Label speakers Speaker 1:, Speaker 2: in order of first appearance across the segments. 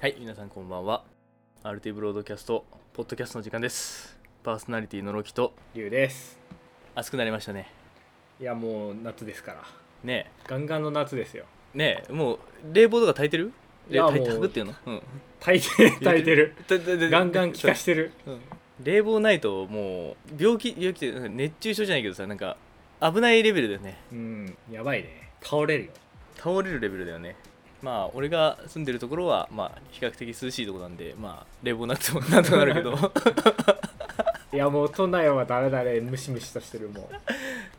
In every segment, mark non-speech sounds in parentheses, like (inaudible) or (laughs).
Speaker 1: はい、皆さんこんばんは。RT ブロードキャスト、ポッドキャストの時間です。パーソナリティのロキと、
Speaker 2: リュウです
Speaker 1: 暑くなりましたね。
Speaker 2: いやもう夏ですから
Speaker 1: ね
Speaker 2: ガンガンの夏ですよ
Speaker 1: え、ねえ、もう冷房とか焚いてる
Speaker 2: いや
Speaker 1: え焚
Speaker 2: もう
Speaker 1: 焚くっていうのうん。
Speaker 2: 炊いてる
Speaker 1: (laughs)
Speaker 2: 炊いてる
Speaker 1: たたた
Speaker 2: ガンガン効かしてる
Speaker 1: そううん冷房ないともう、病気、病気って、なんか熱中症じゃないけどさ、なんか、危ないレベルだよね。
Speaker 2: うんやばいね倒れるよ
Speaker 1: 倒れるレベルだよね。まあ、俺が住んでるところは、まあ、比較的涼しいところなんで、まあ、冷房なくてもなんとかなる
Speaker 2: (laughs)
Speaker 1: けど。
Speaker 2: いやもう都内はダメだねムシムシとしてるも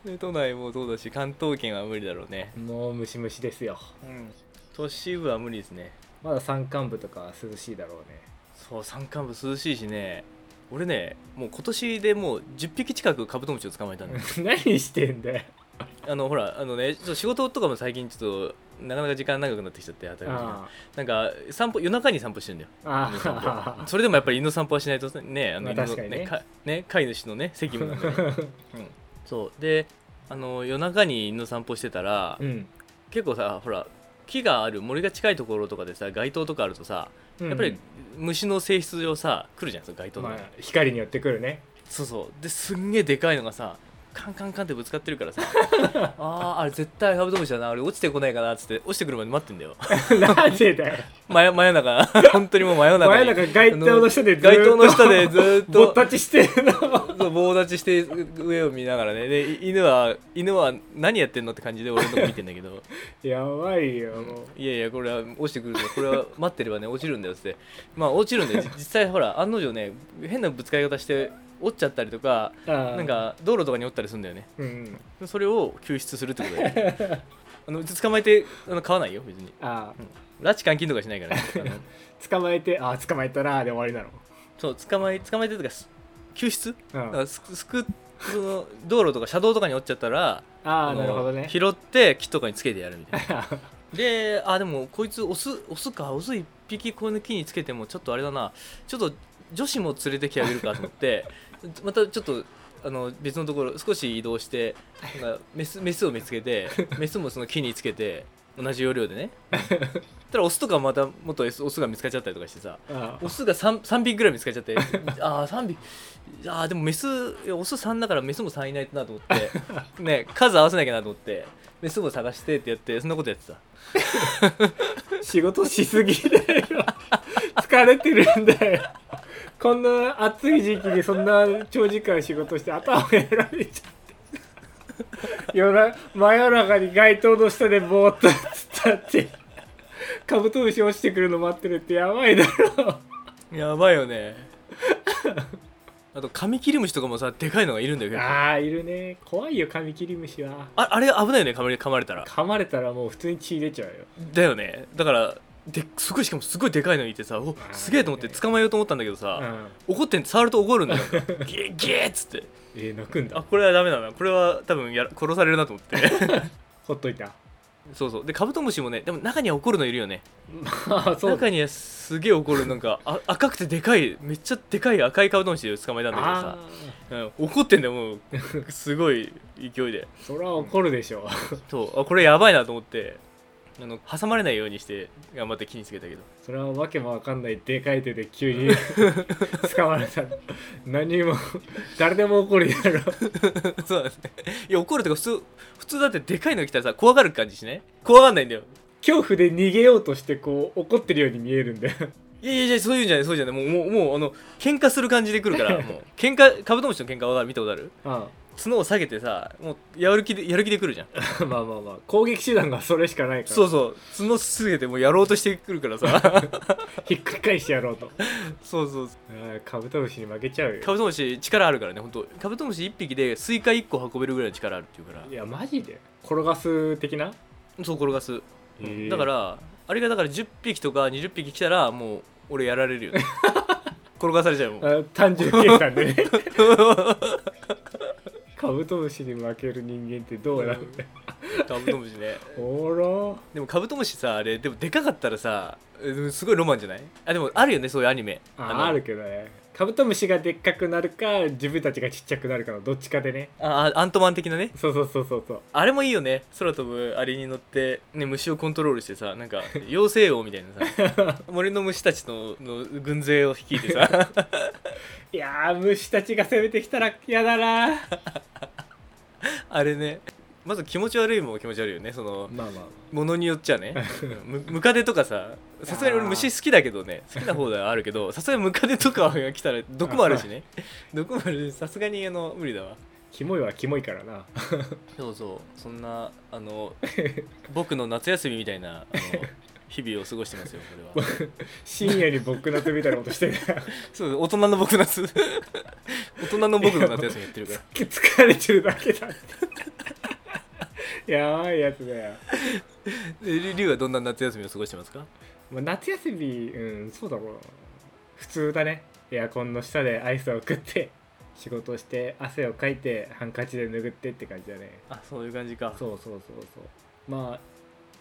Speaker 1: で都内もそうだし、関東圏は無理だろうね。
Speaker 2: うもうムシムシですよ
Speaker 1: 都市部は無理ですね
Speaker 2: まだ山間部とかは涼しいだろうね
Speaker 1: そう山間部涼しいしね俺ねもう今年でもう10匹近くカブトムシを捕まえたんで
Speaker 2: (laughs) 何してんだよ
Speaker 1: (laughs) あのほらあのねちょっと仕事とかも最近ちょっとなかなか時間長くなってきちゃって働く時間
Speaker 2: あ
Speaker 1: なんか散歩夜中に散歩してるんだよ
Speaker 2: ああ
Speaker 1: (laughs)
Speaker 2: あ
Speaker 1: それでもやっぱり犬の散歩はしないとねあの
Speaker 2: まあ
Speaker 1: 犬の
Speaker 2: 確かにね
Speaker 1: ねかね飼い主のね責務なんで、ね
Speaker 2: (laughs)
Speaker 1: うん、そうであの夜中に犬の散歩してた (laughs) ら、
Speaker 2: うん
Speaker 1: 結構さほら木がある森が近いところとかでさ街灯とかあるとさ、やっぱり虫の性質上さ来るじゃんその街
Speaker 2: う
Speaker 1: 灯
Speaker 2: ん
Speaker 1: の、
Speaker 2: まあ光によってくるね (laughs)
Speaker 1: そうそうですんげえでかいのがさカンカンカンってぶつかってるからさ (laughs) あーあれ絶対カブトムシだなあれ落ちてこないかなっつって落ちてくるまで待ってんだよ (laughs)
Speaker 2: なんでだよ
Speaker 1: 真夜真夜中 (laughs) 本当にもう真夜中
Speaker 2: 前
Speaker 1: に
Speaker 2: なんか街灯の下でず
Speaker 1: (laughs)
Speaker 2: ーっ
Speaker 1: 街
Speaker 2: と
Speaker 1: 灯の下でずーっ
Speaker 2: (laughs) ぼっ
Speaker 1: (laughs) と
Speaker 2: たちしてるの (laughs)
Speaker 1: そう棒立ちして上を見ながらねでい犬は犬は何やってんのって感じで俺のとこ見てんだけど
Speaker 2: やばいよもう
Speaker 1: いやいやこれは落ちてくるんだこれは待ってればね落ちるんだよっつってまあ落ちるん
Speaker 2: (laughs)
Speaker 1: だよじ実際ほら案の定ね変なぶつかり方して折っちゃったりとか
Speaker 2: な
Speaker 1: なんか道路とかに折ったりするんだよね
Speaker 2: うん
Speaker 1: それを救出するってことだよ
Speaker 2: (laughs)
Speaker 1: あの捕まえてあの買わないよ別に
Speaker 2: あ
Speaker 1: 拉致監禁とかしないから、ね、
Speaker 2: (laughs)
Speaker 1: あの
Speaker 2: あ捕まえてああ捕まえたなで終わりなの
Speaker 1: そう捕まえ捕まえてとかす救出だか
Speaker 2: うん
Speaker 1: らすくすくその道路とか車道とかに折っちゃったら
Speaker 2: ああ
Speaker 1: の
Speaker 2: なるほどね
Speaker 1: 拾って木とかにつけてやるみたいな
Speaker 2: (laughs)
Speaker 1: であでもこいつオスオスかオス1匹この木につけてもちょっとあれだなちょっと女子も連れてきてあげるかと思って (laughs) またちょっとあの別のところ少し移動してなんかメスメスを見つけてメスもその木につけて同じ要領で
Speaker 2: (laughs)
Speaker 1: ねたらオスとかまた元オスオスが見つかっちゃったりとかしてさ
Speaker 2: あ
Speaker 1: オスが 3, 3匹ぐらい見つかっちゃってああ3匹ああでもメスいやオス3だからメスも3いないとなと思って、ね、数合わせなきゃなと思ってメスも探してってやってそんなことやってた。
Speaker 2: あ仕事しすぎだよ (laughs) 疲れてるんだよこんな暑い時期にそんな長時間仕事して頭やられちゃって夜な真夜中に街灯の下でぼーっと突っ立ってカブトムシ落ちてくるの待ってるってやばいだろ
Speaker 1: やばいよねあとカミキリムシとかもさでかいのがいるんだよ結構あ
Speaker 2: ああいるね怖いよカミキリムシは
Speaker 1: あれ危ないよね噛まれ噛まれたら
Speaker 2: 噛まれたらもう普通に血出ちゃうよ
Speaker 1: だよねだからですごいしかもすごいでかいのいてさおすげえと思って捕まえようと思ったんだけど
Speaker 2: う
Speaker 1: さ、
Speaker 2: ん
Speaker 1: 怒ってん触ると怒るんだよなんかギーギーっつって
Speaker 2: えー、泣くん
Speaker 1: あ
Speaker 2: だ
Speaker 1: これはダメだなこれは多分やら殺されるなと思って
Speaker 2: ほっといた
Speaker 1: そうそうでカブトムシもねでも中には怒るのいるよね
Speaker 2: あそう
Speaker 1: 中にはすげえ怒るなんかあ赤くてでかいめっちゃでかい赤いカブトムシで捕まえたんだけどさ
Speaker 2: あ
Speaker 1: うん、怒ってんだよもう (laughs) すごい勢いで
Speaker 2: ーそれは怒るでしょ
Speaker 1: そうあこれやばいなと思ってあの挟まれないようにして頑張って気につけたけど (laughs)
Speaker 2: それはわけもわかんないでかい手で急に捕まれたら何も誰でも怒るやろ
Speaker 1: そうなんですねいや怒るとか普通普通だってでかいの来たらさ怖がる感じしね怖がんないんだよ
Speaker 2: 恐怖で逃げようとしてこう怒ってるように見えるんだよ
Speaker 1: いやいやいやそういうんじゃないそういうんじゃないもうもうもうあの喧嘩する感じで来るからもう喧嘩カブトムシの喧嘩わかる見たことある
Speaker 2: あ
Speaker 1: 角を下げてさもうやる気でやる気で来るじゃん
Speaker 2: あまあまあまあ攻撃手段がそれしかないから
Speaker 1: そうそう角すげてもうやろうとしてくるからさ (laughs)
Speaker 2: ひっくり返してやろうと
Speaker 1: そうそう
Speaker 2: あーカブトムシに負けちゃうよ
Speaker 1: カブトムシ力あるからね本当カブトムシ1匹でスイカ1個運べるぐらいの力あるっていうから
Speaker 2: いやマジで転がす的な
Speaker 1: そう転がす、
Speaker 2: へー
Speaker 1: だからあれがだから10匹とか20匹来たらもう俺やられる
Speaker 2: (laughs)
Speaker 1: よね転がされちゃうもん
Speaker 2: あ単純計算でね (laughs) カブトムシに負ける人間ってどうなるんだよ
Speaker 1: カブトムシね
Speaker 2: お
Speaker 1: でもカブトムシさあれでもでかかったらさうんすごいロマンじゃないあでもあるよねそういうアニメ
Speaker 2: ら
Speaker 1: の
Speaker 2: ああるけどねカブトムシがでっかくなるか自分たちがちっちゃくなるかのどっちかでね
Speaker 1: ああアントマン的なね
Speaker 2: そうそうそうそうそう
Speaker 1: あれもいいよね空飛ぶアリに乗って、ね、虫をコントロールしてさなんか妖精王みたいなさ森の虫たちのの軍勢を率いてさ
Speaker 2: いやー虫たちが攻めてきたら嫌だな
Speaker 1: あれねまず気持ち悪いもん気持ち悪いよねその
Speaker 2: まあまあ
Speaker 1: ものによっちゃねむムカデとかささすがに俺虫好きだけどね好きな方ではあるけどさすがにムカデとかが来たら毒もあるしね毒もあるしさすがにあの無理だわ
Speaker 2: キモいはキモいからな
Speaker 1: そうそうそんなあの僕の夏休みみたいなあの日々を過ごしてますよこれは
Speaker 2: 深夜に僕夏みたいなことしてるから
Speaker 1: そう大人の僕夏大人の僕の夏休みやってるから
Speaker 2: 疲れてるだけだってやばいやつだよ、
Speaker 1: (laughs) えりりゅうはどんな夏休みを過ごしてますか
Speaker 2: まあ、夏休みうんそうだろうな普通だねエアコンの下でアイスを食って仕事して汗をかいてハンカチで拭ってって感じだね
Speaker 1: あそういう感じか
Speaker 2: そうそうそうそうま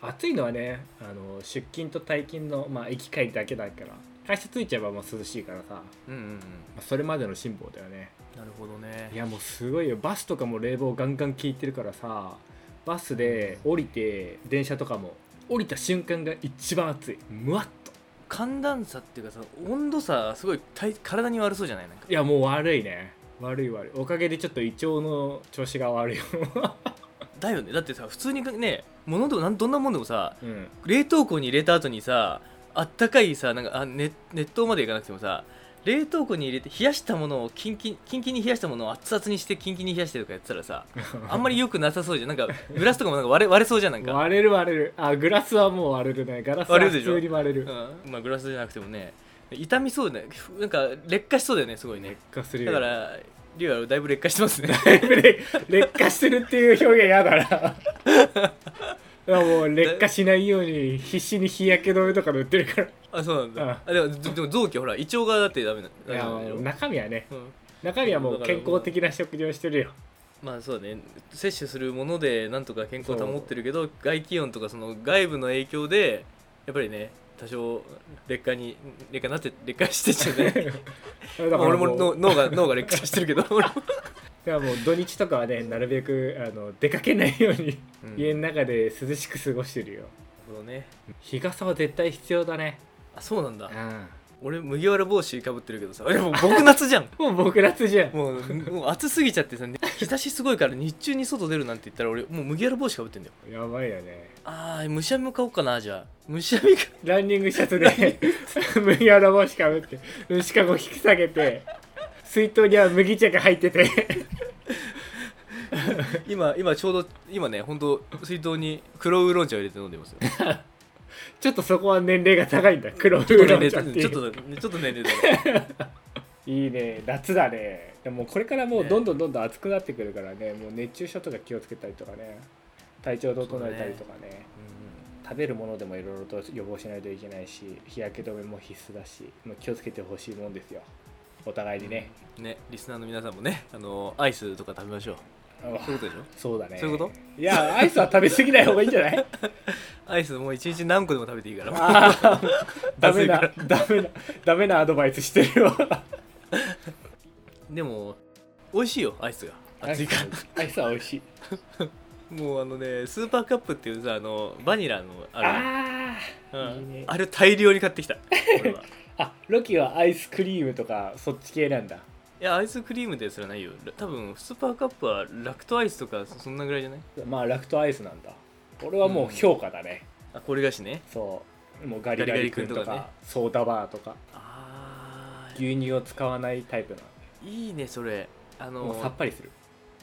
Speaker 2: あ暑いのはねあの出勤と退勤の、まあ、行き帰りだけだから会社着いちゃえばもう涼しいからさ、ま
Speaker 1: うんうんうん
Speaker 2: あそれまでの辛抱だよね
Speaker 1: なるほどね
Speaker 2: いやもうすごいよバスとかも冷房ガンガン効いてるからさバスで降りて電車とかも降りた瞬間が一番暑いむわっと
Speaker 1: 寒暖差っていうかさ温度差すごい体体に悪そうじゃないなんか
Speaker 2: いやもう悪いね悪い悪いおかげでちょっと胃腸の調子が悪いよ、
Speaker 1: だよねだってさ普通にね物でもなんどんなもんでもさ
Speaker 2: うん、
Speaker 1: 冷凍庫に入れた後にさあったかいさなんかあ熱熱湯までいかなくてもさ冷凍庫に入れて冷やしたものをキンキンキンキンに冷やしたものを熱々にしてキンキンに冷やしてとかやってたら (laughs) さあんまり良くなさそうじゃんなんかグラスとかもなんか割れ割れそうじゃんなんか、
Speaker 2: 割れる割れるあグラスはもう割れるねガラスは
Speaker 1: 割れる
Speaker 2: 普
Speaker 1: でしょ
Speaker 2: 通に割れ
Speaker 1: う
Speaker 2: る
Speaker 1: んまあ、グラスじゃなくてもね痛みそうだねふなんか劣化しそうだよねすごいね
Speaker 2: 劣化する
Speaker 1: だ
Speaker 2: よ
Speaker 1: からリュウはだいぶ劣化してます
Speaker 2: (laughs)
Speaker 1: ね
Speaker 2: 劣劣化してるっていう表現やだなだから (laughs) もう劣化しないように必死に日焼け止めとか塗って (laughs) るから
Speaker 1: あそうなんだあでもでも臓器ほら胃腸がだってダメなダメ
Speaker 2: いや
Speaker 1: なんだよ
Speaker 2: もう中身はね
Speaker 1: うん
Speaker 2: 中身はもう健康的な食事をしてるよ
Speaker 1: まあそうだね摂取するものでなんとか健康を保ってるけど外気温とかその外部の影響でやっぱりね多少劣化に劣化になって劣化してっちゃうね
Speaker 2: (laughs) だか
Speaker 1: ま
Speaker 2: ら
Speaker 1: あ俺も
Speaker 2: もう
Speaker 1: の脳が脳が劣化してるけ
Speaker 2: (laughs)
Speaker 1: ど俺も、
Speaker 2: だからもう土日とかはねなるべくあの出かけないように
Speaker 1: うん
Speaker 2: 家の中で涼しく過ごしてるよ
Speaker 1: なるほどね
Speaker 2: 日傘は絶対必要だね
Speaker 1: あそうなんだ
Speaker 2: う
Speaker 1: 俺麦わら帽子かぶってるけどさいやもう僕夏じゃん
Speaker 2: んもう僕夏じゃん
Speaker 1: もうもう暑すぎちゃってさ日差しすごいから日中に外出るなんて言ったら俺もう麦わら帽子かぶってんだよ
Speaker 2: やばいよね
Speaker 1: あー虫網も買おうかなじゃあ虫網か
Speaker 2: ランニングシャツで (laughs) 麦わら帽子かぶって虫かご引き下げて水筒には麦茶が入ってて
Speaker 1: 今今ちょうど今ね本当水筒に黒ウーロン茶を入れて飲んでますよ
Speaker 2: ちょっとそこは年齢が高いんだ黒ウ
Speaker 1: ちょ
Speaker 2: ー
Speaker 1: っと
Speaker 2: ロ
Speaker 1: ね
Speaker 2: ン茶って
Speaker 1: ち
Speaker 2: い
Speaker 1: ょっ
Speaker 2: う
Speaker 1: とねちょっとねね
Speaker 2: いいね夏だねでもこれからもうどんどんどんどん暑くなってくるからねもう熱中症とか気をつけたりとかね体調整えたりとかね食べるものでもいろいろと予防しないといけないし日焼け止めも必須だしもう気をつけてほしいもんですよお互いにね、
Speaker 1: ねリスナーの皆さんもねあのアイスとか食べましょう
Speaker 2: うわ
Speaker 1: そういうことでしょ
Speaker 2: そうだね
Speaker 1: そういうこ
Speaker 2: いやアイスは食べ過ぎない方がいいんじゃない
Speaker 1: アイスもう一日何個でも食べていいから (laughs)
Speaker 2: あーダ
Speaker 1: 暑
Speaker 2: メ
Speaker 1: いか
Speaker 2: な
Speaker 1: ら
Speaker 2: ダメなダメなアドバイスしてるわ
Speaker 1: でも美味しいよアイスが暑いから
Speaker 2: アイスは美味しい
Speaker 1: もうあのねスーパーカップっていうさあのバニラのある
Speaker 2: あ
Speaker 1: うん
Speaker 2: あいいね
Speaker 1: あれ大量に買 (laughs) ってきた俺は
Speaker 2: ああロキはアイスクリームとかそっち系なんだ
Speaker 1: いやアイスクリームですらないよ多分スーパーカップはラクトアイスとかそんなぐらいじゃない
Speaker 2: まあラクトアイスなんだ俺はもう評価だね、
Speaker 1: あこれがしね
Speaker 2: そうもうガリガリ君とか
Speaker 1: ガリガリ君とかね
Speaker 2: ソーダバーとか
Speaker 1: あー
Speaker 2: 牛乳を使わないタイプなん
Speaker 1: いいねそれあ
Speaker 2: でも
Speaker 1: の
Speaker 2: うさっぱりする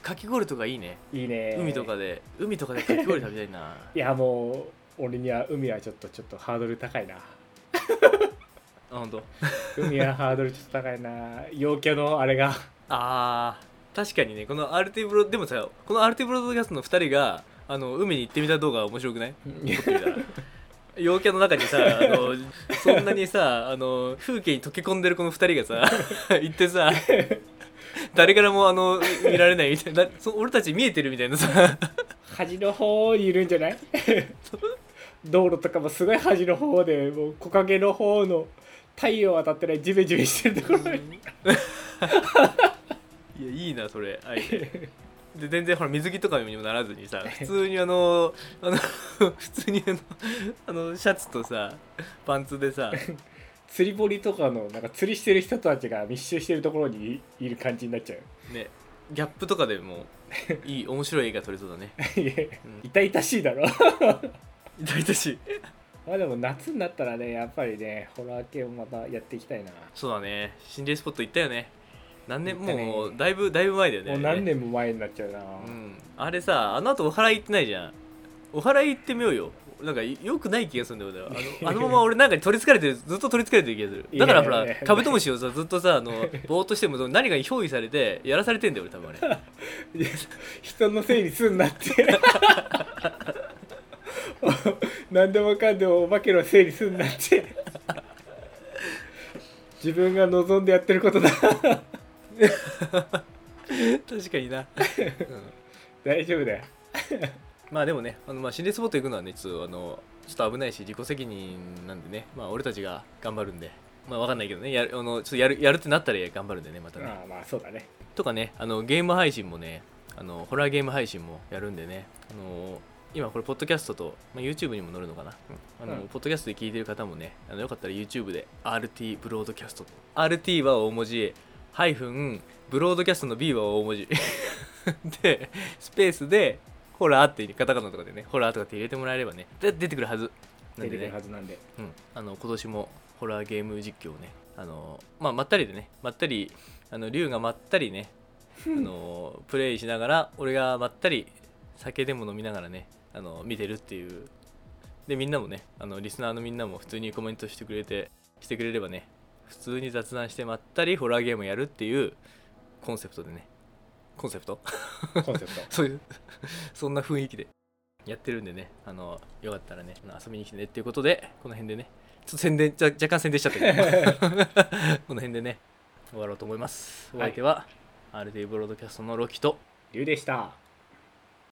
Speaker 1: かき氷とかいいね
Speaker 2: いいね
Speaker 1: 海とかで海とかでかき氷食べたい
Speaker 2: (laughs)
Speaker 1: な
Speaker 2: いやもう俺には海はちょっとちょっとハードル高いな
Speaker 1: あ本当。
Speaker 2: 海はハードルちょっと高いな陽キャのあれが
Speaker 1: あー確かにねこのアルティブロでもさこのアルティブロドキャストの2人があの海に行ってみた動画面白くない撮ってみたら (laughs) 陽キャの中にさあのそんなにさあの風景に溶け込んでるこの2人がさ (laughs) 行ってさ誰からもあの見られないみたいなだそ俺たち見えてるみたいなさ
Speaker 2: 端の方にいるんじ
Speaker 1: (laughs)
Speaker 2: ゃない道路とかもすごい端の方でもう木陰の方の太陽当たってないジメジメしてるところに
Speaker 1: いやいいなそれアイデ
Speaker 2: (laughs)
Speaker 1: アで全然ほら水着とかにもならずにさ普通にあのあの普通にあのあのシャツとさパンツでさ
Speaker 2: 釣り堀とかのなんか釣りしてる人たちが密集してるところにいいる感じになっちゃう
Speaker 1: ねギャップとかでもいい面白い映画撮れそうだ
Speaker 2: (laughs)
Speaker 1: ね
Speaker 2: いや
Speaker 1: うん
Speaker 2: 痛々しいだろ
Speaker 1: 痛々しい
Speaker 2: まあでも夏になったらねやっぱりねホラー系をまたやっていきたいな
Speaker 1: そうだね心霊スポット行ったよね何年
Speaker 2: 行ったね
Speaker 1: もうだいぶだいぶ前だよね
Speaker 2: もう何年も前になっちゃうな、
Speaker 1: うんあれさあの後お祓い行ってないじゃんお祓い行ってみようよなんかよくない気がするんだよ俺はあ
Speaker 2: (laughs)
Speaker 1: のあのまま俺なんかに取りつかれてるずっと取りつかれてる気がするだからほ
Speaker 2: いや
Speaker 1: ら
Speaker 2: いやいや
Speaker 1: カブトムシをさずっとさあ
Speaker 2: (laughs)
Speaker 1: のぼーっとしても何かに憑依されてやらされてんだよ俺多分
Speaker 2: (laughs)
Speaker 1: あれ
Speaker 2: いや (laughs) 人のせいにすんなって (laughs) 何でもかんでもお化けのせいにすんなって自分が望んでやってることだ
Speaker 1: 確かにな、うん
Speaker 2: 大丈夫だよ
Speaker 1: まあでもねあのまあ心霊スポット行くのはねちょっとあのちょっと危ないし自己責任なんでねまあ俺たちが頑張るんでまあわかんないけどねやるあのちょっとやるやるってなったら頑張るんでねまたね
Speaker 2: ああまあそうだね
Speaker 1: とかねあのゲーム配信もねあのホラーゲーム配信もやるんでねあの今これポッドキャストと、まあ、YouTube にも載るのかな、あの
Speaker 2: うん
Speaker 1: ポッドキャストで聞いてる方もねあのよかったら YouTube で RT ブロードキャスト RT は大文字ハイフンブロードキャストの B は大文字 (laughs) でスペースでホラーってカタカナとかでねホラーとかって入れてもらえればねで出てくるはずなん
Speaker 2: 出
Speaker 1: で
Speaker 2: てくる
Speaker 1: ね
Speaker 2: はずなんで
Speaker 1: うん、あの今年もホラーゲーム実況をねあの、まあ、まったりでねまったりあの龍がまったりねあのプレイしながら俺がまったり酒でも飲みながらねあの見てるっていうでみんなもねあのリスナーのみんなも普通にコメントしてくれてしてくれればね普通に雑談してまったりホラーゲームやるっていうコンセプトでねコンセプト
Speaker 2: コンセプト
Speaker 1: (laughs) そういうそんな雰囲気でやってるんでねあのよかったらねあの遊びに来てねっていうことでこの辺でねちょっと宣伝じゃ若干宣伝しちゃったけどこの辺でね終わろうと思いますお相手は、RT ブロードキャストのロキと
Speaker 2: 龍でした